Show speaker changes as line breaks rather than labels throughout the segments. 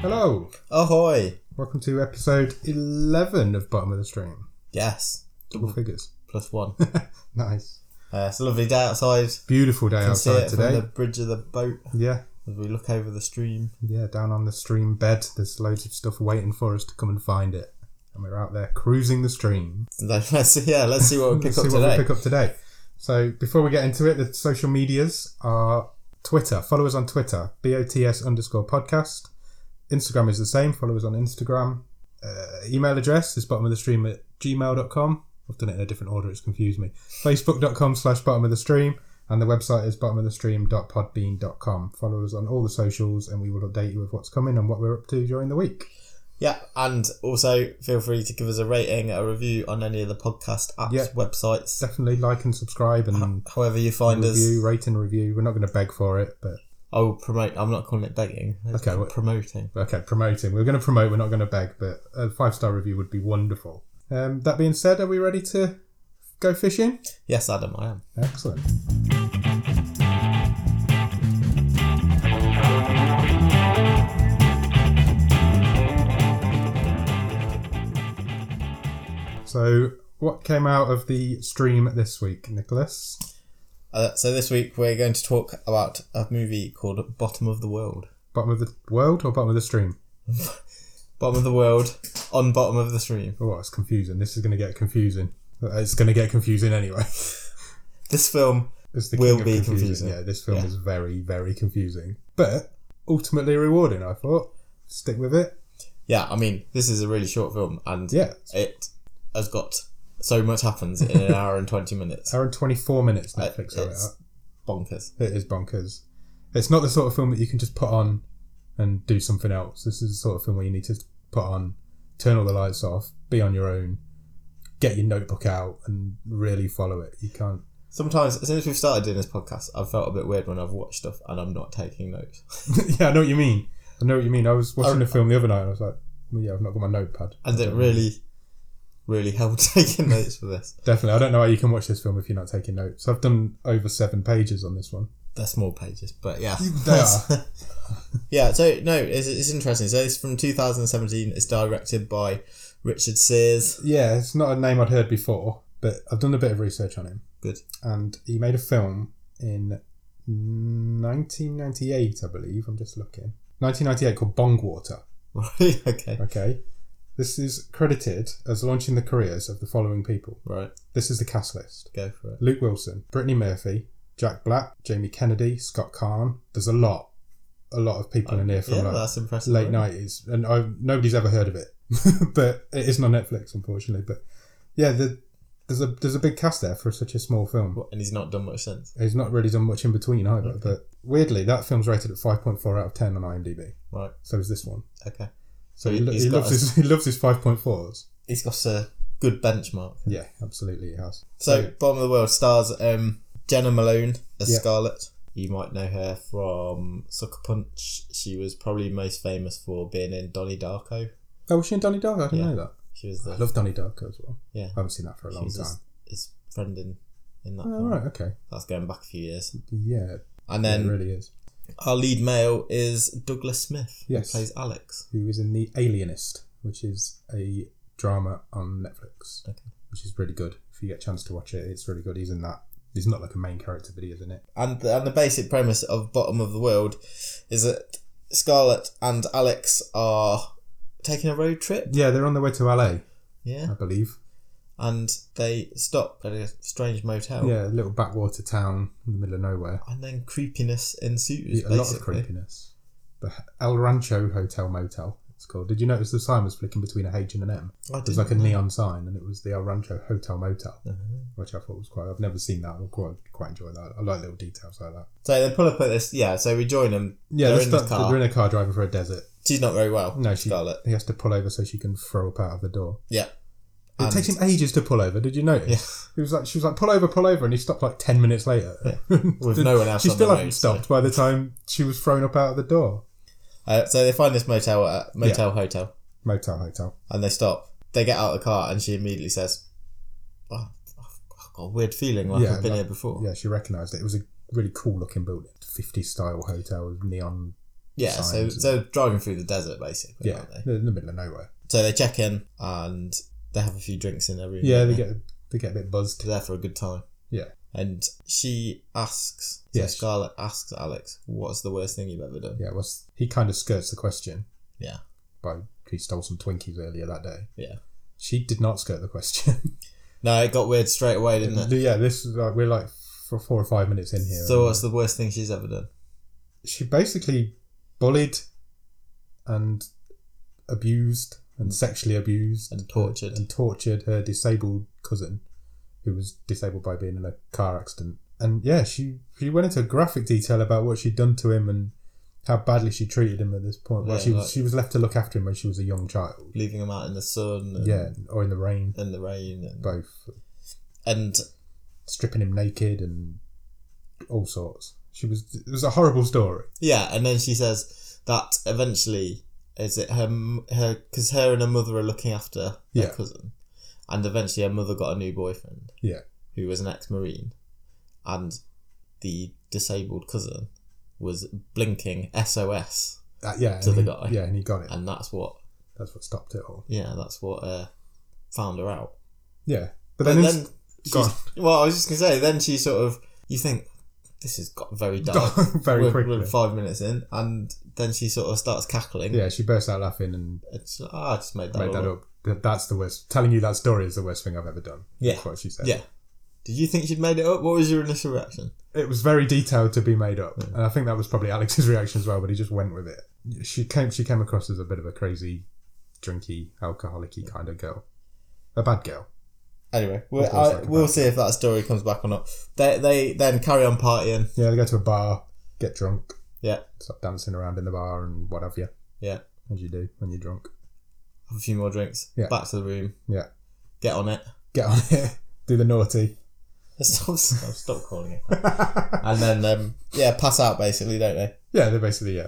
Hello,
Ahoy!
welcome to episode 11 of Bottom of the Stream.
Yes,
Double figures.
plus one.
Nice.
Uh, it's a lovely day outside.
Beautiful day
Can see
outside
it from
today.
the bridge of the boat
Yeah,
as we look over the stream.
yeah, down on the stream bed, there's loads of stuff waiting for us to come and find it. And we're out there cruising the stream.
Let's see, yeah, let's see what we pick
Let's
up
see what
today.
we pick up today. So before we get into it, the social medias are Twitter. Follow us on Twitter, BOTS underscore podcast. Instagram is the same. Follow us on Instagram. Uh, email address is bottom of the stream at gmail.com. I've done it in a different order, it's confused me. Facebook.com slash bottom of the stream. And the website is bottom of the stream.podbean.com. Follow us on all the socials and we will update you with what's coming and what we're up to during the week.
Yeah, and also feel free to give us a rating, a review on any of the podcast apps,
Yeah.
websites, um,
Definitely like and subscribe and
however you find
review,
us.
rate and review. We're not going to beg for it, but
I will promote. I'm not calling it begging. It's
Okay, well-
promoting.
Okay, promoting. We're going to promote. We're not going to beg, but a five star review would be wonderful. Um, that being said, are we ready to go fishing?
Yes, Adam, I am.
Excellent. So, what came out of the stream this week, Nicholas?
Uh, so this week we're going to talk about a movie called Bottom of the World.
Bottom of the world or bottom of the stream?
Bottom of the World on Bottom of the Stream.
Oh, it's confusing. This is going to get confusing. It's going to get confusing anyway.
This film,
It's the
will
king of
be
confusing.
confusing.
Yeah, this film
Yeah.
is very, very confusing, but ultimately rewarding. I thought stick with it.
yeah, I mean, this is a really short film, and
Yeah,
it has got so much happens in an hour and 20 minutes.
hour and twenty four minutes
Uh,
Netflix. have it
it's bonkers.
out. It is bonkers. It's not the sort of film that you can just put on and do something else. This is the sort of film where you need to put on, turn all the lights off, be on your own, get your notebook out, and really follow it. You can't.
Sometimes, since we've started doing this podcast, I've felt a bit weird when I've watched stuff and I'm not taking notes.
yeah, I know what you mean. I know what you mean. I was watching
I-
a film the other night and I was like, well, yeah, I've not got my notepad.
And it really, really helped taking notes for this.
Definitely. I don't know how you can watch this film if you're not taking notes. I've done over seven pages on this one.
They're small pages, but yeah.
They are.
yeah, so no, it's, it's interesting. So it's from 2017. It's directed by Richard Sears.
Yeah, it's not a name I'd heard before, but I've done a bit of research on him.
Good.
And he made a film in 1998, I believe. I'm just looking. 1998 called Bongwater.
Right, okay.
Okay. This is credited as launching the careers of the following people.
Right,
This is the cast list.
go for it.
Luke Wilson, Brittany Murphy, Jack Black, Jamie Kennedy, Scott Kahn. There's a lot, a lot of people in here from
Yeah,
like
that's impressive.
late nineties, and i nobody's ever heard of it. but it isn't on Netflix, unfortunately. But yeah, the, there's a there's a big cast there for such a small film.
And he's not done much since.
He's not really done much in between either. But weirdly, that film's rated at five point four out of ten on IMDb.
Right,
So is this one.
okay.
So
He-
he, lo-
he's
he
got
loves
a-
his he loves his five point fours.
He's got a good benchmark.
Yeah, absolutely, he has.
So, Bottom of the World stars um, Jenna Malone as
Yeah.
Scarlett. You might know her from Sucker Punch. She was probably most famous for being in Donnie Darko.
oh, was she in Donnie Darko? I didn't
Yeah.
know that.
She was
I
the
love Donnie Darko as well.
yeah.
I haven't seen that for a
She
long
was
time.
his, his friend in in that.
Oh,
film.
right, okay.
That's going back a few years.
Yeah,
And then
it really is.
our lead male is Douglas Smith.
Yes.
who plays Alex.
Who is in The Alienist, which is a drama on Netflix,
Okay.
which is really good. If you get a chance to watch it, it's really good. He's in that. He's not like a main character, but he is in it.
And the, and the basic premise of Bottom of the World is that Scarlett and Alex are taking a road trip.
Yeah, they're on their way to LA,
Yeah.
I believe.
and they stop at a strange motel.
Yeah, a little backwater town in the middle of nowhere.
And then creepiness ensues.
Yeah, a lot of
basically.
creepiness. The El Rancho Hotel Motel. It's called. Did you notice the sign was flicking between a H and an M?
I
There's
didn't
like a
know.
neon sign, and it was the El Rancho Hotel Motel,
Mm-hmm. Uh-huh.
which I thought was quite. I've never seen that. I quite quite enjoy that. I like little details like that.
So they pull up at this. Yeah. So we join them.
Yeah,
They're
they're,
in the
stuck-
car.
they're in a car driving through a desert.
She's not very well.
No, she-
Scarlet.
He has to pull over so she can throw up out of the door.
Yeah.
It
And-
takes him ages to pull over. Did you notice? He was like, she was like, pull over, pull over, and he stopped like ten minutes later.
With no one else
She
on
still
the
hadn't
road,
stopped by the time she was thrown up out of the door.
Uh, so they find this motel uh, motel hotel,
Motel hotel.
and they stop. They get out of the car, and she immediately says, oh, "I've I've got a weird feeling like
Yeah,
I've been
like-
here before."
Yeah, she recognised it. It was a really cool looking building, fifties style hotel with neon
Yeah, so
signs and-
so driving through the desert basically,
yeah,
aren't they?
they're in the middle of nowhere.
So they check in and they have a few drinks in their room.
Yeah,
don't
they get they get a bit buzzed.
they're there for a good time.
Yeah.
And she asks, so
Yes.
Scarlett asks Alex, "What's the worst thing you've ever done?"
Yeah, was he kind of skirts the question.
Yeah.
by he stole some Twinkies earlier that day.
Yeah.
she did not skirt the question.
No, it got weird straight away, didn't it?
yeah, this is like we're like for four or five minutes in here.
So uh, what's the worst thing she's ever done?
she basically bullied and abused and sexually abused
And tortured.
and tortured her disabled cousin who was disabled by being in a car accident and yeah she she went into graphic detail about what she'd done to him and how badly she treated him at this point well
Yeah,
she was
like-
she was left to look after him when she was a young child
Leaving him out in the sun. And,
yeah or in the rain
And the rain. And,
both
and
stripping him naked and all sorts she was it was a horrible story
yeah, and then she says that eventually is it her m- her because her and her mother are looking after her
Yeah.
cousin, and eventually her mother got a new boyfriend.
Yeah.
Who was an ex-marine, and the disabled cousin was blinking SOS,
Uh, yeah
To
and
the
he-
guy.
yeah and he got it
and that's what
that's what stopped it all
yeah that's what uh, found her out.
Yeah, but
But
then,
then
it's
she's-
gone
well, I was just gonna say then she sort of you think this has got very dark.
very
We're-
quickly.
we're five minutes in, and then she sort of starts cackling.
yeah, she bursts out laughing and
It's like, ah, I just made that,
made
all
that
up.
up. That- That's the worst. Telling you that story is the worst thing I've ever done.
Yeah.
that's what she said.
Yeah. Did you think she'd made it up? What was your initial reaction?
it was very detailed to be made up, and I think that was probably Alex's reaction as well. But he just went with it. She came. She came across as a bit of a crazy, drinky, alcoholicy kind of girl, a bad girl.
Anyway, we'll,
Of course I
I,
can
we'll
answer.
see if that story comes back or not. They, they then carry on partying.
Yeah, they go to a bar, get drunk.
Yeah.
start dancing around in the bar and what have you.
Yeah.
as you do when you're drunk.
Have a few more drinks.
Yeah.
Back to the room.
Yeah.
Get on it.
Get on it. Do the naughty.
Stop, stop, stop calling it. that. and then, um, yeah, pass out basically, don't they?
Yeah, they're basically yeah.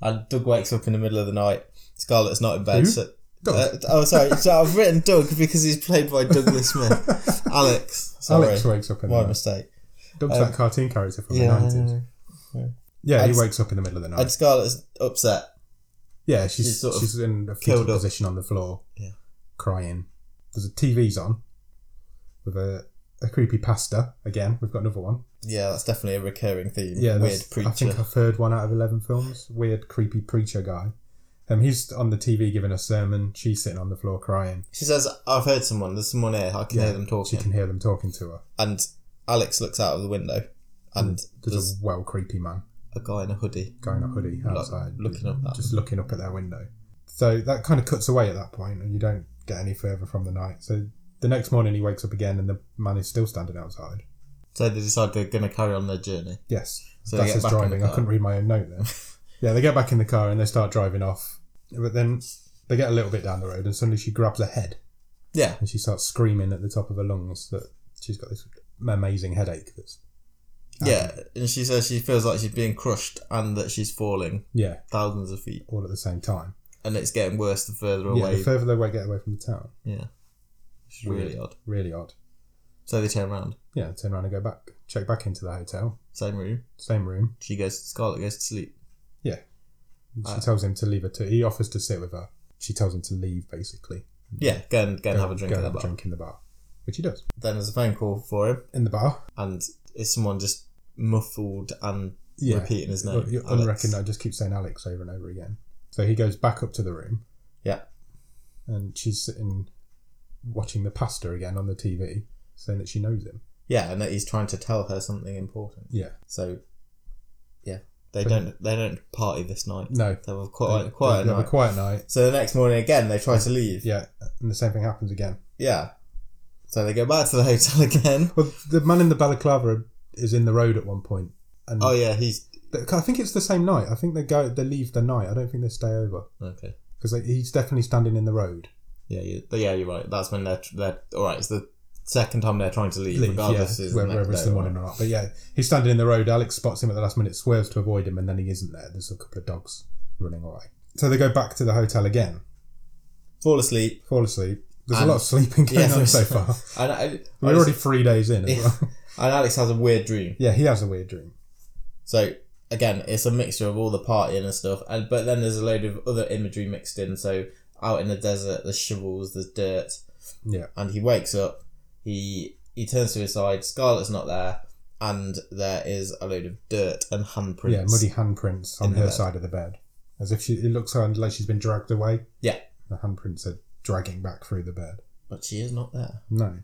And Doug wakes up in the middle of the night. Scarlett's not in bed.
Who?
So,
Doug.
Uh, oh, sorry. So I've written Doug because he's played by Douglas Smith. Alex. Sorry.
Alex wakes up in the
My
night.
mistake.
Doug's
Um,
that cartoon character from
Yeah.
the 90s. Yeah, he
I'd-
wakes up in the middle of the night.
And Scarlett's upset.
yeah, she's she's,
she's sort of
in a fetal
curled up.
position on the floor,
Yeah.
crying. There's a TV's on with a, a creepy pasta again. We've got another one.
Yeah, that's definitely a recurring theme.
Yeah,
weird
that's-
preacher.
I think I've heard one out of eleven films. Weird, creepy preacher guy. Um, he's on the TV giving a sermon. She's sitting on the floor crying.
She says, "I've heard someone. There's someone here. I can
Yeah,
hear them
She
talking."
can hear them talking to her.
And Alex looks out of the window, and
Mm, There's,
there's
a well creepy man
a guy in a hoodie.
guy in a hoodie outside,
looking up at
just looking up at their window. So that kind of cuts away at that point, and you don't get any further from the night. So the next morning, he wakes up again, and the man is still standing outside.
So they decide they're going to carry on their journey.
Yes.
So they
That's
get
his
back in the
driving. I
car.
couldn't read my own note there. yeah, they get back in the car and they start driving off. But then they get a little bit down the road and suddenly she grabs a head
Yeah,
and she starts screaming at the top of her lungs that she's got this amazing headache. That's
yeah. And she says she feels like she's being crushed and that she's falling
yeah,
thousands of feet,
all at the same time.
and it's getting worse the further
Yeah,
away.
the further they get away from the town,
yeah, which is really
Weird.
odd.
really odd.
So they turn around,
Yeah, turn around and go back, check back into the hotel,
same room.
same room.
She goes. Scarlett goes to sleep.
And she
Uh,
tells him to leave her to. He offers to sit with her. She tells him to leave, basically.
Yeah, go and go and have a drink
Go
at the
have a
bar.
drink in the bar, which he does.
Then there's a phone call for him,
In the bar,
and it's someone just muffled and
yeah.
repeating his name.
Well, you're
Alex.
unrecognised. Just keep saying Alex over and over again. So he goes back up to the room.
Yeah.
And she's sitting watching the pasta again on the TV, saying that she knows him.
Yeah, and that he's trying to tell her something important.
Yeah.
So, yeah, they don't they don't party this night.
No.
They have quite
They-
quite
they
a
have
night.
quiet night.
So the next morning again, they try to leave. Yeah.
Yeah. And the same thing happens again.
So they go back to the hotel again.
Well, the man in the balaclava is in the road at one point, and
Oh yeah, he's
I think it's the same night. I think they go, they leave the night. I don't think they stay over
okay.
because he's definitely standing in the road.
Yeah, you, but yeah, you're right. That's when they're they're all right. It's the second time they're trying to leave,
leave,
regardless
yeah,
is
whether, whether it's the morning or not. But yeah, he's standing in the road. Alex spots him at the last minute, swerves to avoid him, and then he isn't there. There's a couple of dogs running away. So they go back to the hotel again,
Fall asleep.
fall asleep. There's
And-
a lot of sleeping going
Yeah,
on
there's-
so far.
And, I,
We're already three days in as well.
and Alex has a weird dream.
yeah, he has a weird dream.
So again, it's a mixture of all the partying and stuff, and but then there's a load of other imagery mixed in. So out in the desert, there's shovels, there's dirt,
Yeah.
and he wakes up. He he turns to his side. Scarlet's not there, and there is a load of dirt and handprints.
Yeah, muddy handprints on
In the
her
bed.
side of the bed, as if she it looks kind of like she's been dragged away.
Yeah.
the handprints are dragging back through the bed.
but she is not there.
No,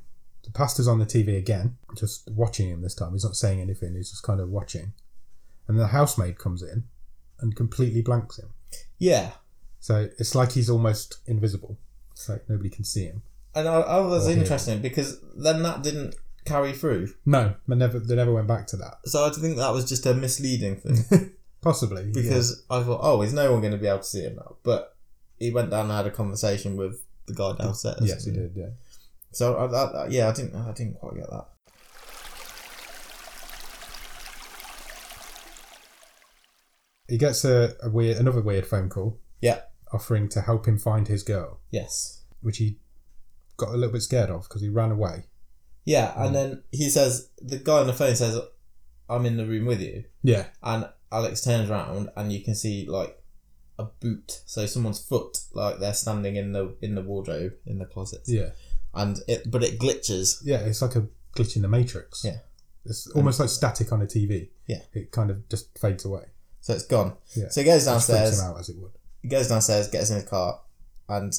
the pastor's on the TV again, just watching him this time. He's not saying anything. He's just kind of watching, and the housemaid comes in and completely blanks him.
Yeah,
So it's like he's almost invisible. It's like nobody can see him.
and I, I was
Or him.
interesting because then that didn't carry through.
No, they never they never went back to that.
So I think that was just a misleading thing.
Possibly yeah.
because I thought, oh, is no one going to be able to see him now? But he went down and had a conversation with the guy downstairs.
yes, he did. Yeah.
So I, I, I- yeah, I didn't, I didn't quite get that.
He gets a, a weird another weird phone call.
Yeah.
offering to help him find his girl,
Yes.
which he got a little bit scared of because he ran away.
Yeah, and then he says, the guy on the phone says, "I'm in the room with you,"
Yeah,
and Alex turns around and you can see like a boot, so someone's foot, like they're standing in the in the wardrobe in the closet,
yeah,
and it but it glitches.
yeah. It's like a glitch in the matrix.
Yeah.
it's almost like static on a TV.
Yeah.
it kind of just fades away.
So it's gone.
Yeah.
So he goes
It freaks
downstairs.
him out as it would.
he goes downstairs, gets in his car, and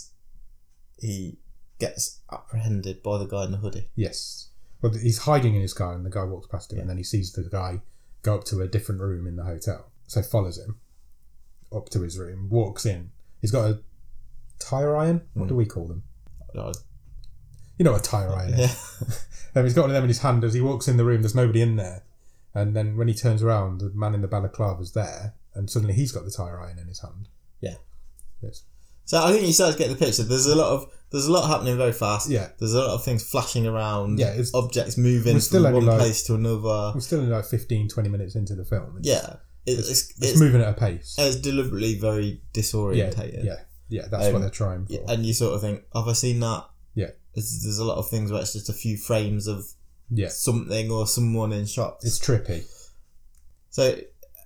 he gets apprehended by the guy in the hoodie.
Yes, well, he's hiding in his car, and the guy walks past him, and then he sees the guy go up to a different room in the hotel. So follows him up to his room, walks in. He's got a tire iron. What do we call them? You know what a tire iron is.
Yeah.
Um, he's got one of them in his hand as he walks in the room. There's nobody in there, and then when he turns around, the man in the balaclava's there, and suddenly he's got the tire iron in his hand.
Yeah.
Yes.
So I think you start to get the picture. There's a lot of there's a lot happening very fast.
Yeah.
There's a lot of things flashing around.
Yeah, it's-
objects moving
we're still
from
only
one
like-
place to another.
We're still in like 15, 20 minutes into the film. It's-
Yeah, it, it's it's,
it's,
it's, Oh.
moving at a pace.
deliberately very
yeah,
disorientated.
yeah, yeah. That's what
Um,
they're trying for.
Yeah, And you sort of think, have I seen that?
Yeah.
There's, there's a lot of things where it's just a few frames of
yeah,
something or someone in shots.
it's trippy.
So,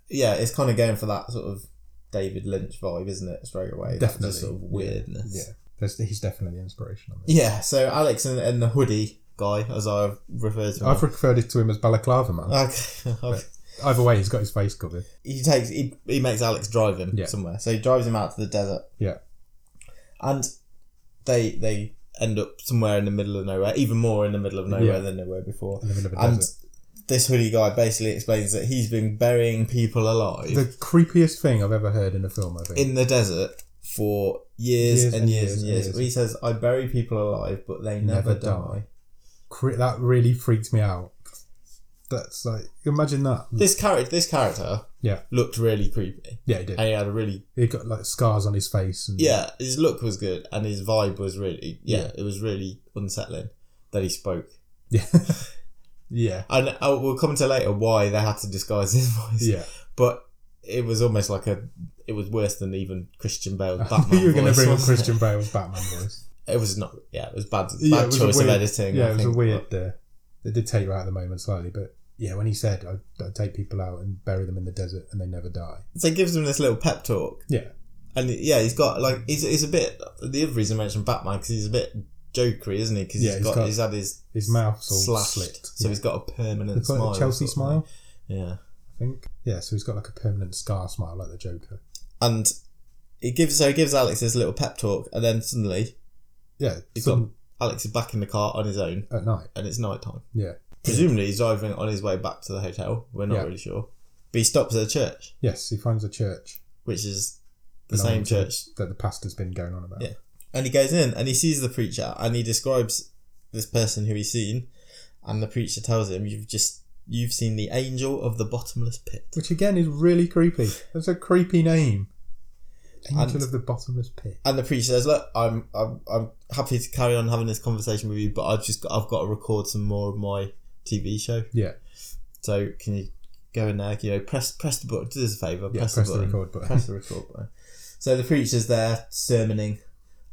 yeah, it's kind of going for that sort of David Lynch vibe, isn't it? Straight away, That
Definitely.
just sort of
Yeah.
weirdness.
Yeah, There's, he's definitely the inspiration on this.
yeah. So Alex and, and the hoodie guy, as I've referred to him.
I've referred it to him as balaclava
Uh,
man.
okay. okay.
Either way, he's got his face covered.
He takes he, he makes Alex drive him
Yeah.
somewhere. So he drives him out to the desert.
Yeah.
And they they end up somewhere in the middle of nowhere, even more in the middle of nowhere
Yeah.
than they were before.
In the middle of a
And
desert.
this hoodie guy basically explains that he's been burying people alive.
The creepiest thing I've ever heard in a film. I think.
in the desert for years,
Years
and,
and
years and
years and
years. He says, I bury people alive, but they never,
Never
die.
die. Cre- that really freaked me out. That's like imagine that.
This character, this character,
Yeah.
looked really creepy.
Yeah, he did.
And he had a really,
He got like scars on his face. And,
yeah, his look was good, and his vibe was really, yeah,
Yeah.
it was really unsettling that he spoke.
yeah, yeah,
And I, we'll come to later why they had to disguise his voice.
yeah.
but it was almost like a, it was worse than even Christian Bale's
I
Batman.
knew you were going to
voice,
bring up
wasn't it?
Christian Bale's Batman voice.
It was not, yeah, it was bad, bad
Yeah, it was a
choice of
weird-
editing.
yeah,
I
it was a
think,
weird. Uh, it did take you out of the moment slightly, but yeah, when he said, "I I take people out and bury them in the desert and they never die."
So he gives him this little pep talk.
Yeah.
And yeah, he's got like he's, he's a bit the other reason I mentioned Batman because he's a bit jokery, isn't he? Because
Yeah,
he's got, he's had his
His mouth's all
slashed,
slit.
so
yeah.
he's got a
They
permanent
call it
smile.
a Chelsea
sort of
smile,
thing. Yeah,
I think. Yeah, so he's got like a permanent scar smile, like the Joker.
and he gives so he gives Alex this little pep talk, and then suddenly
Yeah,
He's
some,
Alex is back in the car on his own,
at night.
and it's night time.
Yeah.
Presumably he's driving on his way back to the hotel. We're not
Yeah.
really sure, but he stops at a church,
Yes, he finds a church.
which is the
belonging
same
to-
church
that the pastor's been going on about.
Yeah. And he goes in and he sees the preacher and he describes this person who he's seen, and the preacher tells him, "You've just you've seen the angel of the bottomless pit."
Which again is really creepy. That's a creepy name. Angel
And-
of the Bottomless Pit.
And the preacher says, "Look, I'm I'm, I'm happy to carry on having this conversation with you, but I've just got, I've got to record some more of my TV show.
Yeah.
So can you go in there? You know, press press the button. Do us a favor.
Yeah,
press,
press
the
the
button.
record button.
Press the record button. So the preacher's there sermoning,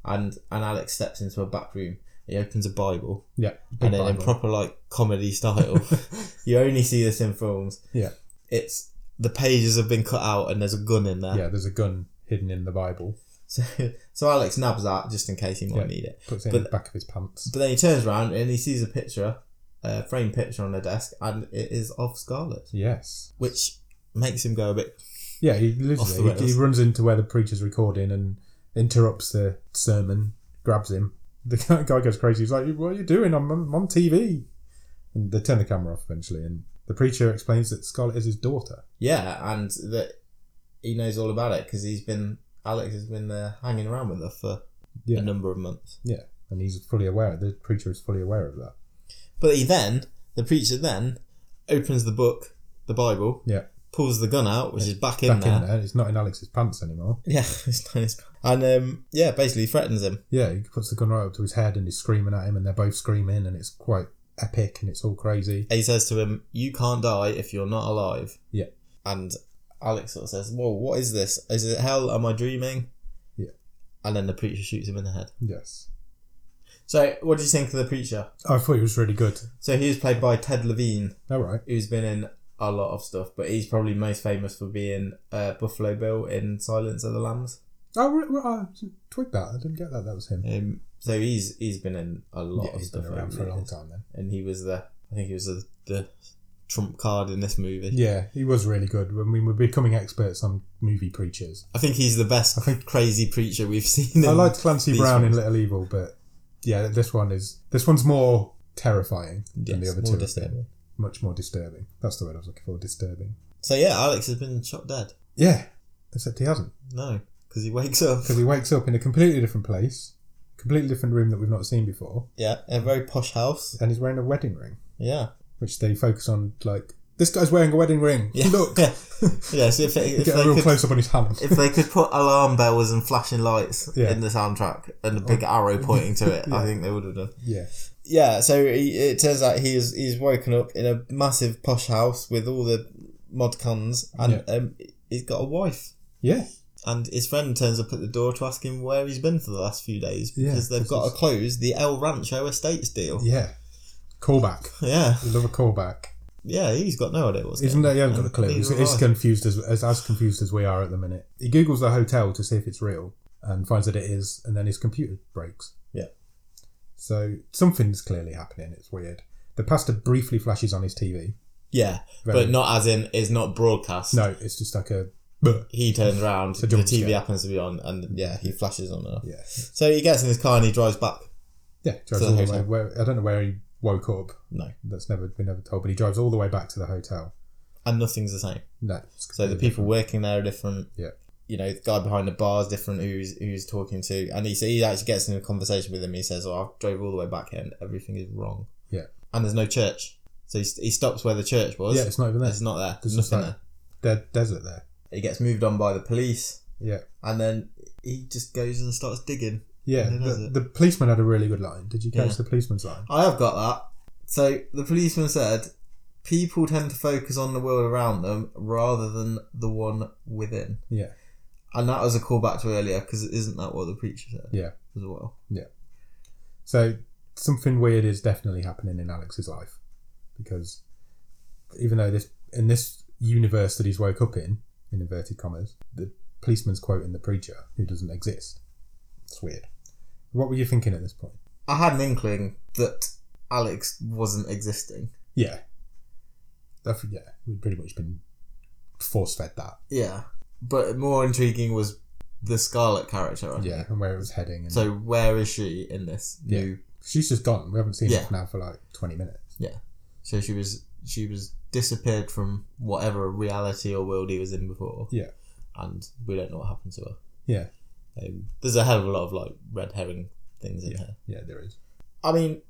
and and Alex steps into a back room. He opens a Bible.
Yeah.
and
big
then in
Bible.
proper like comedy style. you only see this in films.
Yeah.
It's the pages have been cut out and there's a gun in there.
yeah, there's a gun hidden in the Bible.
So, so Alex nabs that just in case he might
Yeah.
need it.
Puts it in the
But-
back of his pants.
But then he turns around and he sees a picture, a framed picture on the desk, and it is of Scarlet,
Yes.
which makes him go a bit.
Yeah, he
Off
literally he,
the
he
rails.
runs into where the preacher's recording and interrupts the sermon, grabs him. The guy guy goes crazy. He's like, "What are you doing? I'm, I'm on TV." And they turn the camera off eventually, and the preacher explains that Scarlett is his daughter.
Yeah, and that he knows all about it because he's been. Alex has been uh, hanging around with her for
Yeah.
a number of months.
and he's fully aware. The preacher is fully aware of that.
But he then, the preacher then, opens the book, the Bible,
Yeah.
pulls the gun out, which is back in
Back
there.
in there, it's not in Alex's pants anymore.
Yeah, it's nice. And um, yeah, basically threatens him.
Yeah, he puts the gun right up to his head and he's screaming at him, and they're both screaming, and it's quite epic and it's all crazy.
He says to him, "You can't die if you're not alive."
Yeah.
And Alex sort of says, "Well, what is this? Is it hell? Am I dreaming?"
Yeah.
And then the preacher shoots him in the head.
Yes,
So, what do you think of the preacher?
I thought it was really good.
So he was played by Ted Levine,
All right,
who's been in a lot of stuff, but he's probably most famous for being uh, Buffalo Bill in Silence of the Lambs.
oh, re- re- I twigged that. I didn't get that. That was him.
Um, so he's he's been in a lot
Yeah,
of
he's
stuff
been around
over
for a
the
long
years.
time then.
and he was the I think he was the, the trump card in this movie.
Yeah, he was really good. I mean, we're becoming experts on movie preachers.
I think he's the best crazy preacher we've seen.
I
in-
liked Clancy
these
Brown in
ones.
Little Evil, but yeah, this one is this one's more terrifying than the
Yes,
other
more
two. have been.
disturbing.
Much more disturbing. That's the word I was looking for. Disturbing.
So yeah, Alex has been shot dead.
Yeah, except he hasn't.
No, because he wakes up.
because he wakes up in a completely different place, completely different room that we've not seen before,
Yeah, a very posh house.
and he's wearing a wedding ring,
Yeah,
which they focus on like this guy's wearing a wedding ring.
yeah.
Look,
yeah. So if, they- if
get
they
a real
could,
close up on his hand.
if they could put alarm bells and flashing lights
Yeah.
in the soundtrack and a big arrow pointing to it, I
Yeah.
think they would have done.
yeah,
Yeah. So he, it turns out he is he's woken up in a massive posh house with all the mod cons, and um, he's got a wife.
yeah,
And his friend turns up at the door to ask him where he's been for the last few days
Yeah,
because they've
this
got to
is-
close the El Rancho Estates deal.
yeah. Callback.
Yeah,
I Love a callback.
yeah, he's got no idea what's
Isn't that?
going
He
on.
hasn't got a clue. He's,
Neither
he's
have I.
confused as, as as confused as we are at the minute. He googles the hotel to see if it's real and finds that it is, and then his computer breaks.
Yeah.
So something's clearly happening. It's weird. The pastor briefly flashes on his TV.
Yeah,
Very-
but not as in it's not broadcast.
No, it's just like a. "Bleh."
He turns around,
a
the
jump
TV
scare.
happens to be on, and yeah, he flashes on and off.
Yeah.
So he gets in his car and he drives back.
Yeah, drives
the
all the way.
hotel.
Where, I don't know where he woke up.
No,
That's never been never told. But he drives all the way back to the hotel.
and nothing's the same.
No.
So the people working there are different.
Yeah.
You know, the guy behind the bar is different who's who's talking to, and he he actually gets in a conversation with him. He says, "Oh, I drove all the way back here, and everything is wrong."
Yeah.
And there's no church, so he, he stops where the church was.
Yeah, it's not even there.
it's not there. There's
There's just
nothing
like-
there.
Dead desert there.
He gets moved on by the police,
Yeah.
and then he just goes and starts digging.
Yeah.
And then
The,
that's
the policeman had a really good line. Did you catch
Yeah.
the policeman's line?
I have got that. So the policeman said, "People tend to focus on the world around them rather than the one within."
Yeah.
And that was a callback to earlier because isn't that what the preacher said?
Yeah.
As well.
So something weird is definitely happening in Alex's life because even though this in this universe that he's woke up in, in inverted commas, the policeman's quoting the preacher who doesn't exist. It's weird. What were you thinking at this point?
I had an inkling that Alex wasn't existing.
Yeah. I think- yeah, we've pretty much been force fed that.
Yeah. But more intriguing was the Scarlet character. I think.
Yeah, and where it was heading. And
So where is she in this
Yeah.
new?
she's just gone. We haven't seen
Yeah.
her now for like 20 minutes.
So she was she was disappeared from whatever reality or world he was in before.
Yeah.
And we don't know what happened to her.
Yeah.
Um, there's a hell of a lot of like red herring things in here.
Yeah, there is.
I mean,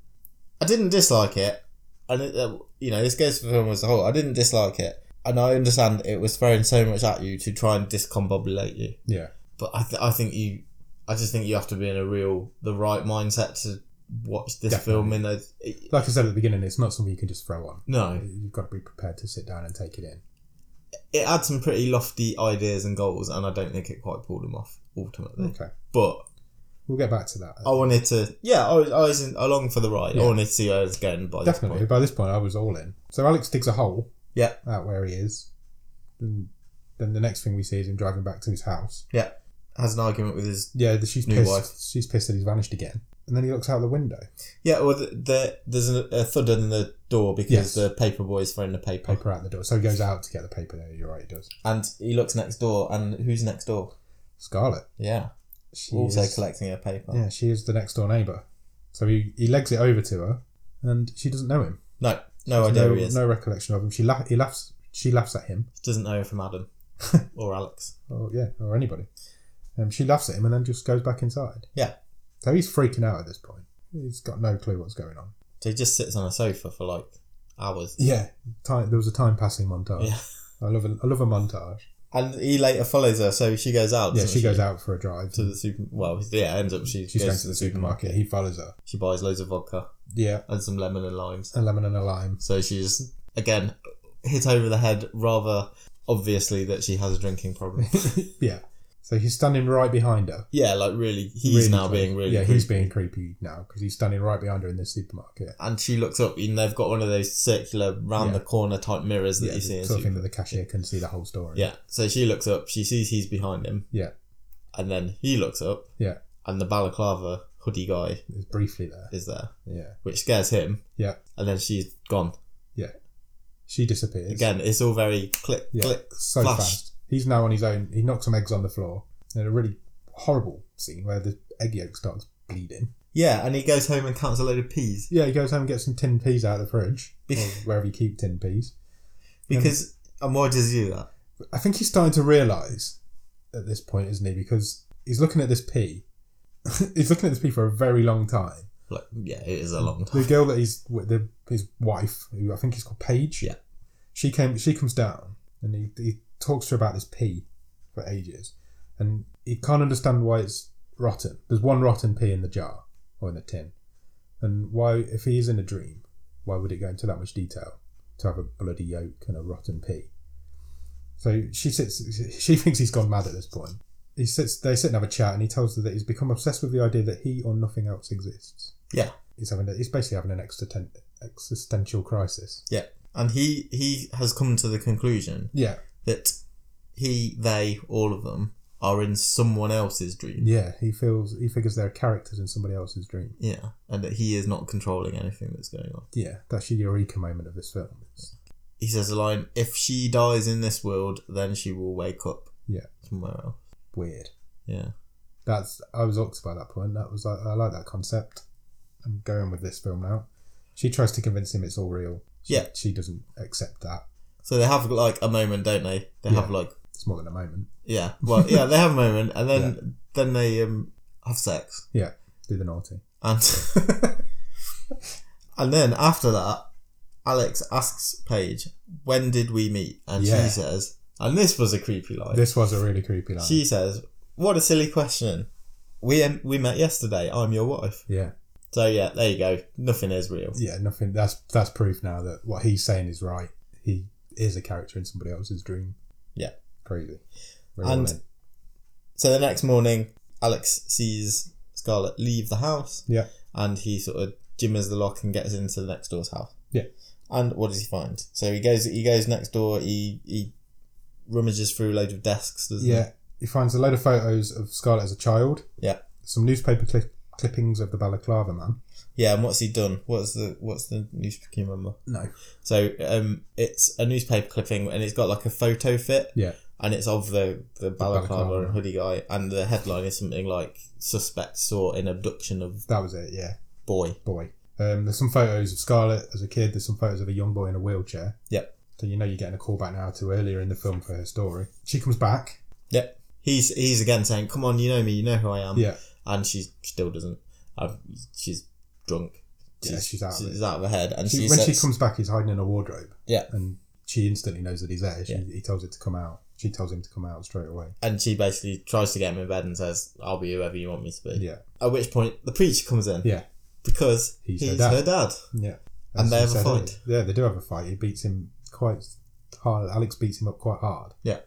I didn't dislike it, and it, uh, you know this goes for the film as a whole. I didn't dislike it, and I understand it was throwing so much at you to try and discombobulate you.
Yeah.
But I, th- I think you, I just think you have to be in a real the right mindset to watch this film. In a it-
Like I said at the beginning, it's not something you can just throw on.
no,
You've got to be prepared to sit down and take it in.
it had some pretty lofty ideas and goals, and I don't think it quite pulled them off ultimately.
Okay.
But
We'll get back to that.
I wanted to, yeah, I was, I was in, along for the ride.
Yeah.
I wanted to see where I was going by this
Definitely.
point.
By this point, I was all in. So Alex digs a hole
Yeah.
out where he is, And then the next thing we see is him driving back to his house.
Has an argument with his
Yeah, the, she's
New
pissed.
wife.
She's pissed that he's vanished again. And then he looks out the window.
yeah. Well, the, the, there's a, a thudder in the door because
Yes.
the paper boy is throwing the paper,
Paper out the door. So he goes out to get the paper. There, you're right. He does.
and he looks next door, and who's next door?
Scarlet.
Yeah,
She
also
is-
collecting a paper.
Yeah, she is the next door neighbour. So he, he legs it over to her, and she doesn't know him.
No, no
There's
idea
no,
who he is.
no recollection of him. She la- he laughs. She laughs at him.
Doesn't know him from Adam or Alex.
Or yeah, or anybody. Um, she laughs at him and then just goes back inside.
Yeah.
So he's freaking out at this point. He's got no clue what's going on.
So he just sits on a sofa for like hours.
Yeah. Time, there was a time passing montage.
Yeah.
I love a, I love a montage.
And he later follows her, so she goes out.
yeah,
doesn't
she goes out for a drive.
to the super. Well, yeah, ends up she
She's
goes
going to the supermarket. He follows her.
She buys loads of vodka
Yeah.
and some lemon and limes.
A lemon and a lime.
So she's again hit over the head rather obviously that she has a drinking problem.
yeah. So he's standing right behind her.
yeah, like really, he's
Really
now
close.
being really.
Yeah, he's
creepy.
being creepy now because he's standing right behind her in the supermarket.
And she looks up, and they've got one of those circular round
Yeah.
the corner type mirrors that
Yeah,
you see. in
sort of thing
super-
that the cashier can see the whole story.
Yeah. So she looks up. She sees he's behind him.
Yeah.
And then he looks up.
Yeah.
And the balaclava hoodie guy
It's briefly there.
is there,
Yeah.
which scares him.
Yeah.
And then she's gone
She disappears.
again. It's all very click
Yeah.
click.
so
Flash.
fast. He's now on his own. He knocks some eggs on the floor. And a really horrible scene where the egg yolk starts bleeding.
Yeah, and he goes home and counts a load of peas
Yeah, he goes home and gets some tin peas out of the fridge, or
Be-
wherever you keep tin peas.
because. And why does he do that?
I think he's starting to realise at this point, isn't he? Because he's looking at this pea. he's looking at this pea for a very long time.
Like, yeah, it is a long time.
The girl that he's with, the, his wife, who I think is called Paige.
Yeah.
She came. She comes down, and he, he talks to her about this pea for ages, and he can't understand why it's rotten. There's one rotten pea in the jar or in the tin, and why, if he is in a dream, why would it go into that much detail to have a bloody yolk and a rotten pea? So she sits. She thinks he's gone mad at this point. He sits. They sit and have a chat, and he tells her that he's become obsessed with the idea that he or nothing else exists.
Yeah.
he's having. A, he's basically having an existen- existential crisis.
And he he has come to the conclusion
Yeah,
that he, they, all of them are in someone else's dream.
yeah. He feels. He figures they're characters in somebody else's dream.
Yeah, and that he is not controlling anything that's going on.
Yeah, that's the eureka moment of this film. It's-
He says a line: "If she dies in this world, then she will wake up."
Yeah.
somewhere else.
weird.
Yeah,
That's. I was hooked by that point. That was. like I like that concept. I'm going with this film now. She tries to convince him it's all real. She,
Yeah.
She doesn't accept that.
so they have like a moment, don't they? They have like
It's more than a moment.
yeah, well yeah, they have a moment, and then then they um have sex,
Do the naughty.
and and then after that, Alex asks Paige, "When did we meet?" And
Yeah.
she says, and this was a creepy line.
This was a really creepy line.
She says, "What a silly question. We um, we met yesterday. I'm your wife."
yeah,
So yeah, there you go. Nothing is real.
yeah. Nothing. That's that's proof now that what he's saying is right. He is a character in somebody else's dream.
Yeah.
crazy.
And-
well in.
So the next morning, Alex sees Scarlett leave the house.
Yeah.
And he sort of jimmers the lock and gets into the next door's house.
Yeah.
And what does he find? So he goes he goes next door. He he rummages through a load of desks. Doesn't
yeah, he finds a load of photos of Scarlett as a child.
Yeah.
some newspaper clip- clippings of the balaclava man.
He? Yeah. And what's he done? What's the what's the newspaper? Can you remember?
No.
So um, it's a newspaper clipping and it's got like a photo fit.
Yeah.
And it's of the, the balaclava
balaclava.
and hoodie guy, and the headline is something like "Suspect saw in abduction of
That was it. Yeah,
boy."
boy. Um, there's some photos of Scarlett as a kid. There's some photos of a young boy in a wheelchair.
Yeah.
So you know you're getting a callback now to earlier in the film for her story. She comes back.
He's he's again saying, "Come on, you know me, you know who I am."
Yeah.
And she still doesn't. Um, she's drunk.
Yeah, she's out of
She's out of her head, and she,
She, when she
says-
comes back, he's hiding in a wardrobe.
Yeah.
And she instantly knows that he's there. She,
Yeah.
He tells her to come out. She tells him to come out straight away.
and she basically tries to get him in bed and says, "I'll be whoever you want me to be."
Yeah.
At which point, the preacher comes in.
Yeah.
Because
He's
he's,
her dad.
her dad.
Yeah.
And they
she
have a
said
fight.
earlier. Yeah, they do have a fight. He beats him quite hard. Alex beats him up quite hard.
Yeah.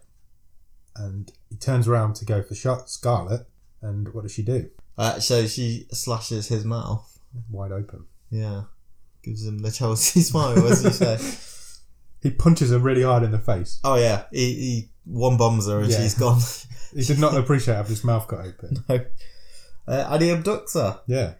And he turns around to go for shot Scarlet. And what does she do?
Uh, so she slashes his mouth.
Wide open.
Yeah. Gives him the Chelsea smile, as you say.
He punches her really hard in the face.
Oh yeah, he, he one bombs her and
Yeah.
she's gone.
He did not appreciate having his mouth cut open.
uh, and he abducts her.
Yeah,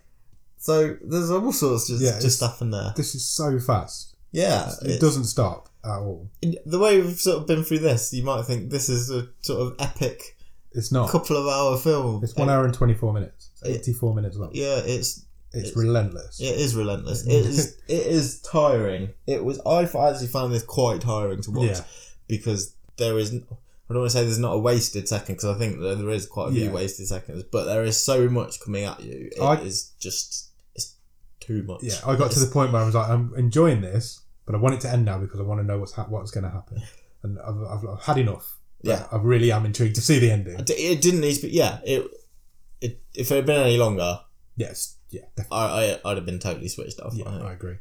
So there's all sorts just
Yeah, it's-
just stuff in there.
this is so fast.
Yeah,
It
Uh, it's-
doesn't stop at all.
in- the way we've sort of been through this, you might think this is a sort of epic
It's not.
couple of hour film.
Oh. It's one
Uh,
hour and twenty four minutes. It's
Yeah.
Eighty four minutes long.
Yeah, it's
It's,
it's-
relentless.
it is relentless. It is it is tiring. It was I f- actually found this quite tiring to watch
Yeah.
because there is. n- I don't want to say there's not a wasted second because I think that there is quite a few
Yeah.
wasted seconds, but there is so much coming at you. It is
I-
just it's too much.
Yeah, I got to the point where I was like, I'm enjoying this, but I want it to end now because I want to know what's ha- what's going to happen, and I've, I've, I've had enough. But
Yeah.
I really am intrigued to see the
I
ending.
d- It didn't need to be. Yeah, it. it if it had been any longer,
Yes, yeah, definitely.
I, I I'd have been totally switched off. I
Yeah,
think.
I agree.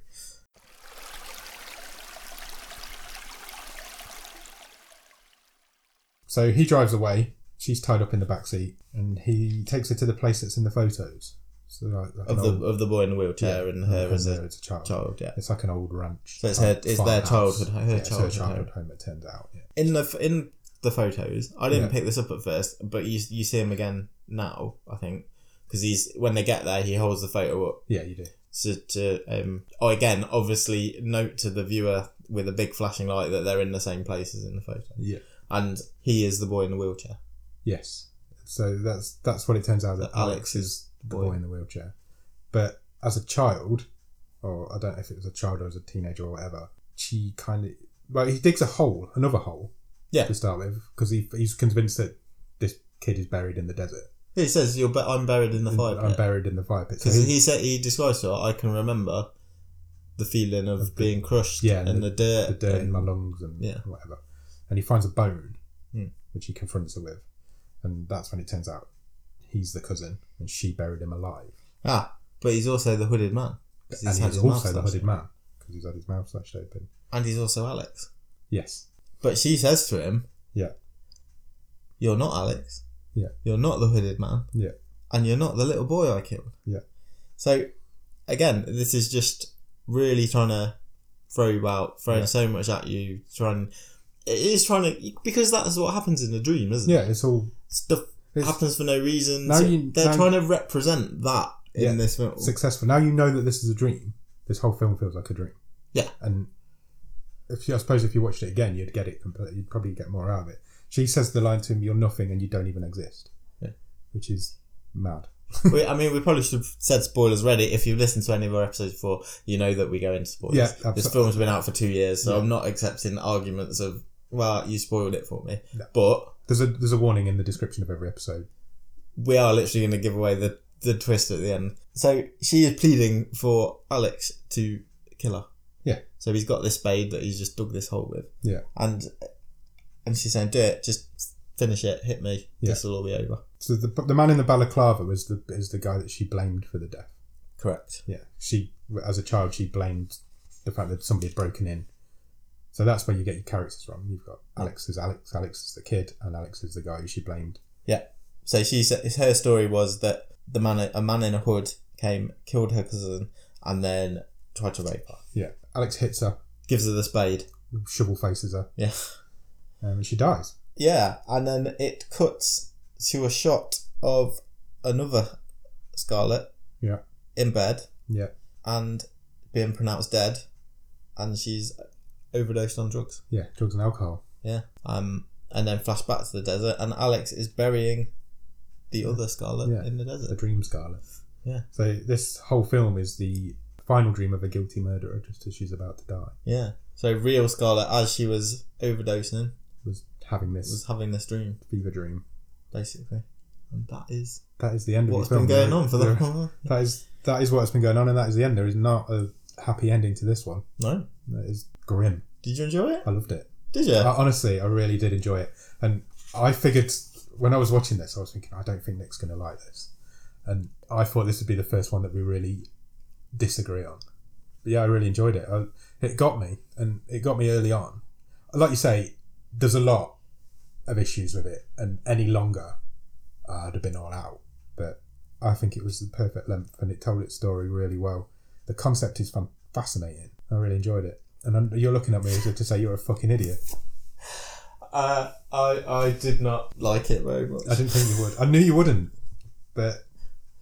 So he drives away. She's tied up in the back seat, and he takes her to the place that's in the photos. So like, like an
of
old-
the of the boy in the wheelchair and her as a
her as a child.
child. Yeah.
It's like an old ranch.
So it's her-
type
it's their
farmhouse.
childhood- her
Yeah, it's
childhood
her childhood
home.
home. It turns out. Yeah.
In the f- in the photos, I didn't
Yeah.
pick this up at first, but you you see him again now. I think because he's when they get there, he holds the photo up
Yeah, you do.
to to um. Oh, again, obviously, note to the viewer with a big flashing light that they're in the same place as in the photo,
Yeah.
and he is the boy in the wheelchair.
Yes. So that's that's what it turns out that
That
Alex is the boy in the wheelchair. But as a child, or I don't know if it was a child or as a teenager or whatever, she kind of well, he digs a hole, another hole.
Yeah.
To start with, because he, he's convinced that this kid is buried in the desert.
He says, "You're but I'm buried in the fire
I'm
pit."
buried in the fire pit. So
Because
he-
he said he describes to her, I can remember the feeling of being crushed
Yeah,
and,
and
the, dirt.
the dirt in
and-
my lungs and
Yeah.
whatever. And he finds a bone,
Hmm.
which he confronts her with, and that's when it turns out he's the cousin and she buried him alive.
ah, but he's also the hooded man. 'Cause
and
had
he's
his mouth
also the
slashed.
hooded man because he's had his mouth slashed open.
And he's also Alex.
Yes,
But she says to him,
Yeah.
You're not Alex.
Yeah.
You're not the hooded man.
Yeah.
And you're not the little boy I killed.
Yeah.
So, again, this is just really trying to throw you out, throwing
Yeah.
so much at you, trying. It is trying to. Because that's what happens in a dream, isn't it?
yeah, it's all
Stuff
it's
happens for no reason.
Now
So
you-
they're
now-
trying to represent that in
Yeah.
this film.
successful. Now you know that this is a dream. This whole film feels like a dream.
Yeah.
and if you, I suppose if you watched it again, you'd get it completely. You'd probably get more out of it. She says the line to him, "You're nothing and you don't even exist,"
Yeah.
which is mad.
we, I mean, we probably should have said spoilers already. If you've listened to any of our episodes before, you know that we go into spoilers.
Yeah,
This
absolutely.
film's been out for two years, so
Yeah.
I'm not accepting arguments of, well, you spoiled it for me.
No.
But
There's a there's a warning in the description of every episode.
we are literally going to give away the, the twist at the end. So she is pleading for Alex to kill her.
Yeah.
So he's got this spade that he's just dug this hole with.
Yeah.
And and she's saying, do it, just finish it, hit me.
Yeah.
This will all be over.
So the, the man in the balaclava is the is the guy that she blamed for the death.
Correct.
Yeah, she as a child she blamed the fact that somebody had broken in. So that's where you get your characters from. You've got Alex is Alex, Alex is the kid, and Alex is the guy who she blamed.
So she said her story was that the man a man in a hood came, killed her cousin, and then tried to rape her.
Yeah, Alex hits her,
Gives her the spade.
shovel faces her,
Yeah.
um, and she dies.
Yeah, and then it cuts to a shot of another Scarlet.
Yeah.
In bed
Yeah,
and being pronounced dead, and she's overdosed on drugs.
yeah, drugs and alcohol.
Yeah. Um, and then flash back to the desert, and Alex is burying the other Scarlet
Yeah.
in the
The
desert.
dream scarlet.
Yeah.
So this whole film is the final dream of a guilty murderer, just as she's about to die,
Yeah. So real Scarlet, as she was overdosing,
was having this
was having this dream
fever dream.
basically, and that is
That is the end of
what's
the film.
been going on for
There-
the
That is that is what's been going on, and that is the end. There is not a happy ending to this one.
no.
That is grim.
Did you enjoy it?
I loved it.
Did you?
I, honestly, I really did enjoy it. And I figured when I was watching this, I was thinking, I don't think Nick's going to like this. And I thought this would be the first one that we really disagree on. But yeah, I really enjoyed it. I, it got me, and it got me early on. Like you say, there's a lot of issues with it, and any longer, uh, I'd have been all out. But I think it was the perfect length, and it told its story really well. The concept is fun, fascinating. I really enjoyed it. And I'm, you're looking at me as if to say you're a fucking idiot.
Uh, I I did not like it very much.
I didn't think you would. I knew you wouldn't, but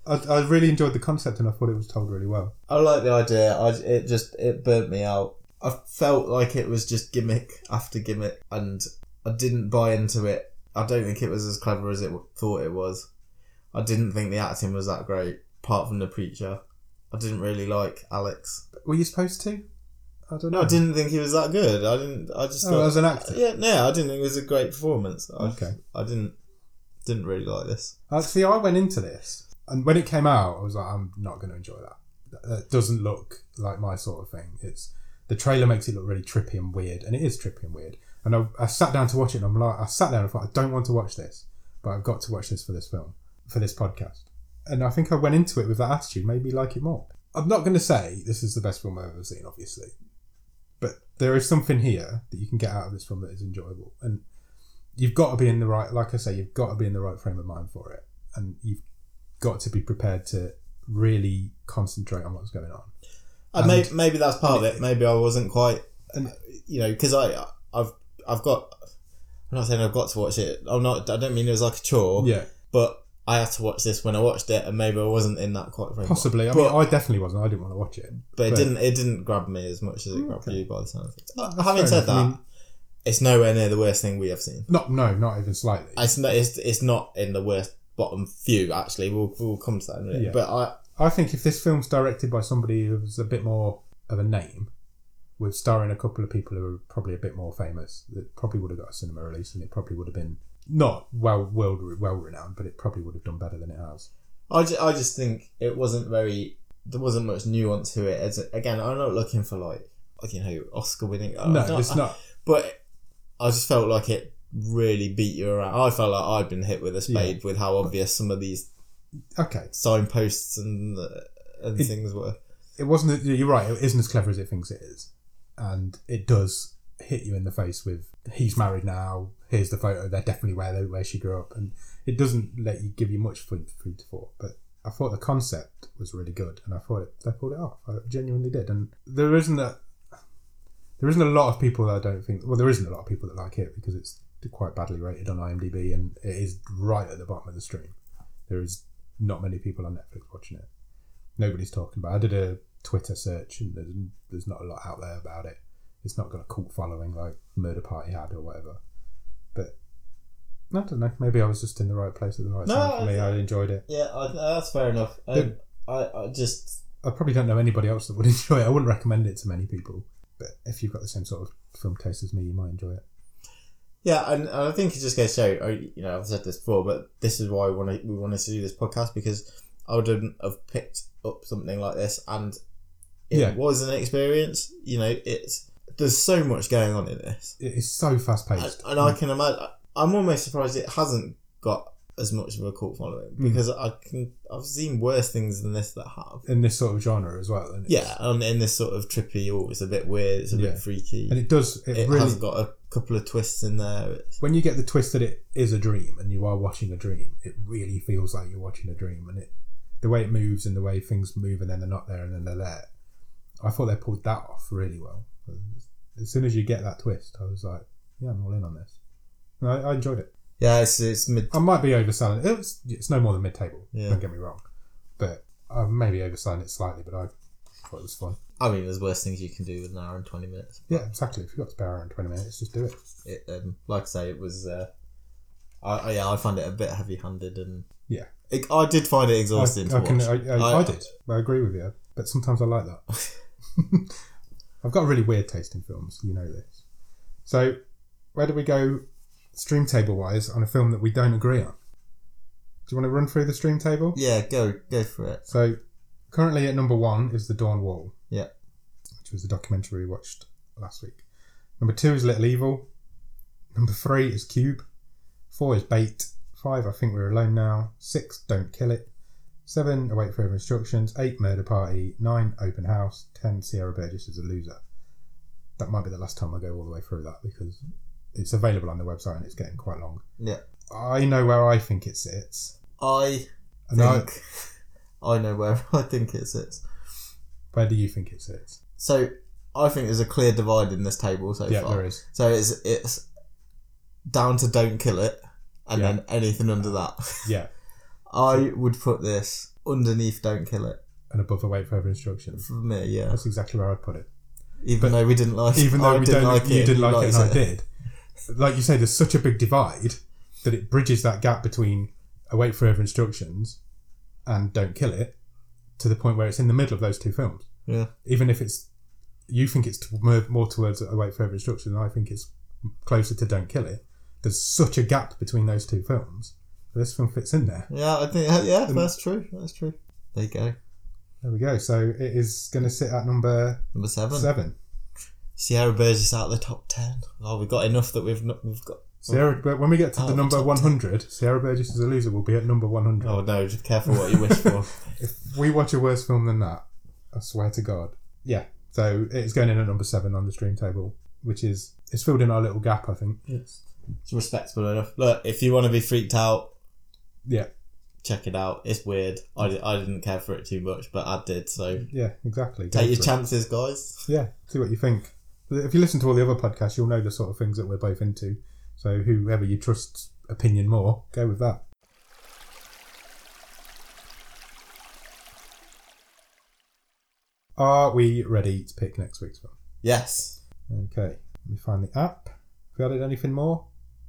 I, I really enjoyed the concept and I thought it was told really well.
I like the idea. I it just it burnt me out. I felt like it was just gimmick after gimmick, and I didn't buy into it. I don't think it was as clever as it w- thought it was. I didn't think the acting was that great, apart from the preacher. I didn't really like Alex.
Were you supposed to? I don't know.
No, I didn't think he was that good. I didn't. I just
Oh,
thought.
as an actor.
yeah, no, I didn't think it was a great performance. I,
Okay.
I didn't didn't really like this.
Uh, see, I went into this, and when it came out, I was like, I'm not going to enjoy that. That- That doesn't look like my sort of thing. It's the trailer makes it look really trippy and weird, and it is trippy and weird. And I, I sat down to watch it, and I'm like, I sat down and thought, I don't want to watch this, but I've got to watch this for this film, for this podcast. And I think I went into it with that attitude, made me like it more. I'm not going to say this is the best film I've ever seen, obviously, but there is something here that you can get out of this film that is enjoyable. And you've got to be in the right like i say you've got to be in the right frame of mind for it and you've got to be prepared to really concentrate on what's going on
And Uh, may, maybe that's part of it. Maybe I wasn't quite, uh,
And-
you know, because I I've I've got. I'm not saying I've got to watch it. I'm not. I don't mean it was like a chore.
yeah
But I had to watch this when I watched it, and maybe I wasn't in that quite frame.
possibly i mean i definitely wasn't i didn't want to watch it
But it
Right.
didn't. It didn't grab me as much as it grabbed
Okay.
you by the sound of it. Uh,
that's
Having
fair
said
enough.
that,
I mean-
it's nowhere near the worst thing we have seen.
not no not even slightly
It's not. It's, it's not in the worst bottom few. Actually, we'll we'll come to that in a minute.
Yeah.
But I
i think if this film's directed by somebody who's a bit more of a name with starring a couple of people who are probably a bit more famous it probably would have got a cinema release and it probably would have been not well world well renowned but it probably would have done better than it has
I just, I just think it wasn't very. There wasn't much nuance to it. As again, I'm not looking for like you know Oscar winning. I-
no
Uh, I don't-
it's not
But I just felt like it really beat you around. I felt like I'd been hit with a spade with how obvious some of these
okay
signposts and uh, and
It-
things were.
it wasn't you're right it isn't as clever as it thinks it is and it does hit you in the face with he's married now here's the photo they're definitely where they, where she grew up and it doesn't let you give you much food, food for but I thought the concept was really good and I thought it, they pulled it off I genuinely did and there isn't a there isn't a lot of people that I don't think well there isn't a lot of people that like it because it's quite badly rated on IMDb and it is right at the bottom of the stream there is not many people on Netflix watching it nobody's talking about. it. I did a Twitter search and there's, there's not a lot out there about it. It's not got a cult following like Murder Party had or whatever. But I don't know. Maybe I was just in the right place at the right
No,
time for me.
I-
I enjoyed it.
Yeah, I, that's fair enough. Um, I, I just
I probably don't know anybody else that would enjoy it. I wouldn't recommend it to many people. But if you've got the same sort of film taste as me, you might enjoy it.
yeah, and, and I think it just goes to show. I, you know, I've said this before, but this is why we want to we wanted to do this podcast because I wouldn't have picked up something like this, and it
Yeah.
was an experience. You know, it's there's so much going on in this.
It is so fast
and,
paced.
and I can imagine. I'm almost surprised it hasn't got as much of a cult following
Mm.
because I can. I've seen worse things than this that have.
in this sort of genre as well. And it's-
Yeah, and in this sort of trippy, oh, it's a bit weird, it's a
Yeah.
bit freaky.
And it does. It,
it
really
has got a couple of twists in there. It's,
when you get the twist that it is a dream and you are watching a dream, it really feels like you're watching a dream, and it the way it moves and the way things move, and then they're not there, and then they're there. I thought they pulled that off really well. As soon as you get that twist, I was like, "Yeah, I'm all in on this." And I, I enjoyed it.
yeah, it's it's mid.
I might be overselling it. It's, it's no more than mid-table.
Yeah.
Don't get me wrong, but I maybe overselling it slightly. But I thought it was fun.
I mean, there's worse things you can do with an hour and twenty minutes.
Yeah, exactly. If you've got to spare an hour and twenty minutes, just do it.
It, um, like I say, it was. Uh, I, I yeah, I find it a bit heavy-handed and
Yeah.
It, I did find it exhausting
I, I
to
can.
watch.
I, I,
I-
I, did. I agree with you, but sometimes I like that. I've got a really weird taste in films. You know this. So, where do we go, stream table wise, on a film that we don't agree on? Do you want to run through the stream table?
yeah, go go for it.
So, currently at number one is The Dawn Wall.
Yeah.
Which was the documentary we watched last week. Number two is Little Evil. Number three is Cube. Four is Bait. Five, I think we're alone now. Six, Don't Kill It. Seven, Await Further Instructions. Eight, Murder Party. Nine, Open House. Ten, Sierra Burgess is a Loser. That might be the last time I go all the way through that because it's available on the website and it's getting quite long.
Yeah.
I know where I think it sits.
I
And I,
think I know where I think it sits.
where do you think it sits?
So I think there's a clear divide in this table so
yeah,
far.
there is.
So it's it's down to don't kill it, and
Yeah.
then anything under that.
Yeah,
I would put this underneath don't kill it
and above await further instructions.
for me. Yeah,
That's exactly where I'd put it.
even though we didn't like,
Even
I
though we
didn't
don't,
like
you
it,
didn't like it, and I
liked
did. Like you say, there's such a big divide that it bridges that gap between await further instructions and don't kill it to the point where it's in the middle of those two films.
Yeah,
Even if it's you think it's t- more, more towards await further instructions, and I think it's closer to don't kill it. There's such a gap between those two films. This film fits in there.
yeah, I think yeah, that's true. That's true. There you go.
There we go. So it is going to sit at number
Number seven.
seven.
Sierra Burgess is out of the top ten. Oh, we got enough that we've not, we've got.
Sierra, but when we get to
Oh,
the number
top
100, Sierra Burgess is a loser will be at number 100.
Oh no! Just careful what you wish for.
If we watch a worse film than that, I swear to God. Yeah. So it's going in at number seven on the stream table, which is it's filled in our little gap, I think.
it's respectable enough. Look, if you want to be freaked out,
Yeah.
check it out. It's weird. I, di- I didn't care for it too much, but I did. So
Yeah. Exactly. Go
take your
for it.
chances, guys.
Yeah. See what you think. If you listen to all the other podcasts, you'll know the sort of things that we're both into. So whoever you trust opinion more, go with that. Are we ready to pick next week's film?
Yes.
Okay, let me find the app. Have we added anything more?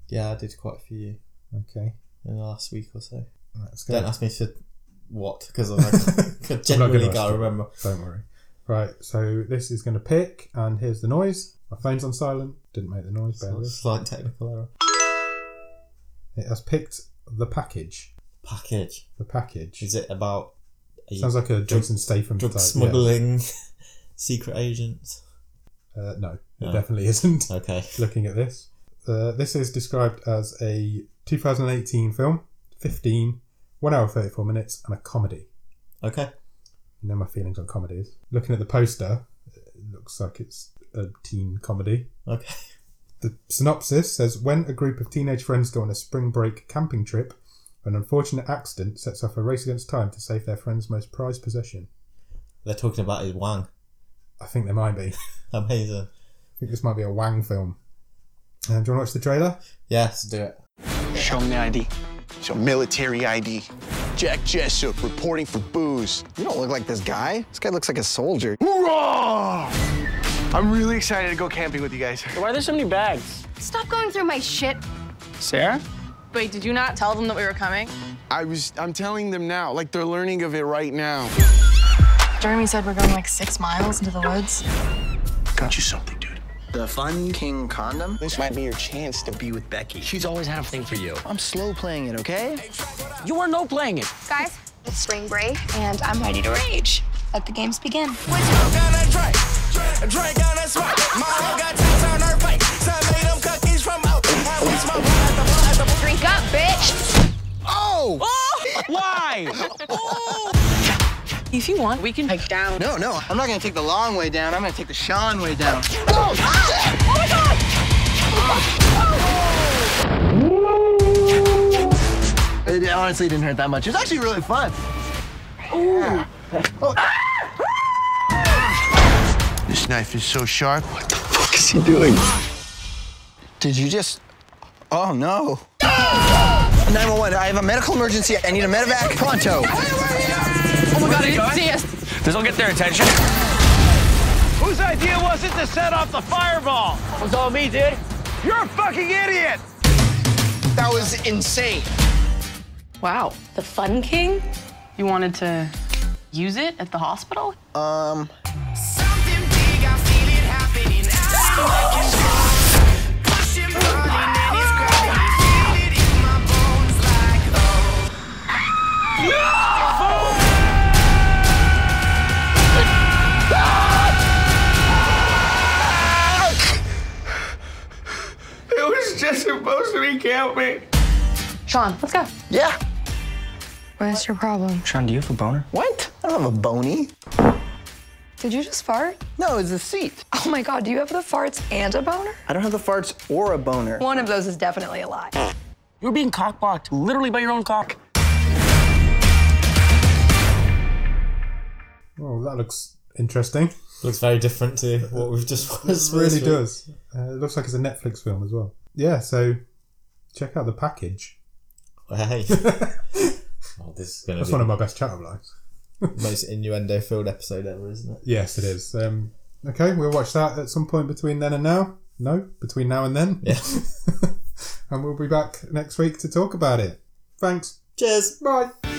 Yeah, I did quite a few
Okay,
in the last week or so.
let's go.
Don't ask me for what, because I'm like, I genuinely
ask
can't
you.
remember.
Don't worry. Right, so this is going to pick, and here's the noise. My phone's on silent. Didn't make the noise. Bear with.
Slight technical error.
It has picked the package.
Package.
The package
Is it about a
sounds like a Jason Statham
drug
type, yeah.
smuggling secret agents?
Uh, no, it
No.
definitely isn't.
Okay.
Looking at this, uh, this is described as a 2018 film, 15, one hour 34 minutes, and a comedy.
Okay.
You know my feelings on comedies. Looking at the poster, it looks like it's a teen comedy.
Okay.
The synopsis says when a group of teenage friends go on a spring break camping trip, an unfortunate accident sets off a race against time to save their friend's most prized possession.
They're talking about his wang.
I think there might be. I
Amazing.
think this might be a Wang film. Um, do you want to watch the trailer?
Yes, do it.
Show me the ID.
It's your military ID. Jack Jessup reporting for booze.
You don't look like this guy. This guy looks like a soldier.
Hoorah! I'm really excited to go camping with you guys.
Why are there so many bags?
Stop going through my shit.
Sarah?
Wait, did you not tell them that we were coming?
I was, I'm telling them now, like they're learning of it right now.
Jeremy said we're going like six miles into the woods.
Got you something, dude.
The Fun King condom?
This might be your chance to be with Becky.
She's always had a thing for you. I'm slow playing it, okay?
You are no playing it.
Guys, it's spring break and I'm ready to rage. Let the games begin. Drink up, bitch!
Why?
If you want, we can hike down.
No, no, I'm not gonna take the long way down. I'm gonna take the Sean way down. It honestly didn't hurt that much. It was actually really fun.
Oh. This knife is so sharp.
Did you just? Oh no.
Ah!
911, I have a medical emergency. I need a medevac pronto.
Oh my god, I didn't see us.
This will get their attention. Whose idea was it to set off the fireball? It was all me, dude. You're a fucking idiot!
That was insane.
Wow.
The Fun King?
You wanted to use it at the hospital?
Um,
Sean, let's go.
yeah.
What's your problem?
Sean, do you have a boner?
What? I don't have a bony.
Did you just fart?
No, it's the seat.
Oh my god, do you have the farts and a boner?
I don't have the farts or a boner.
One of those is definitely a lie.
You're being cockblocked, literally by your own cock.
Oh, that looks interesting.
Looks very different to what we've just watched.
It really does. Uh, it looks like it's a Netflix film as well. Yeah, so check out the package.
Hey. Oh, this is going to
That's
be
one of my best chat lines.
the most innuendo filled episode ever, isn't it?
Yes, it is. Um, okay, we'll watch that at some point between then and now. No, between now and then.
Yeah.
and we'll be back next week to talk about it. Thanks.
Cheers. Bye.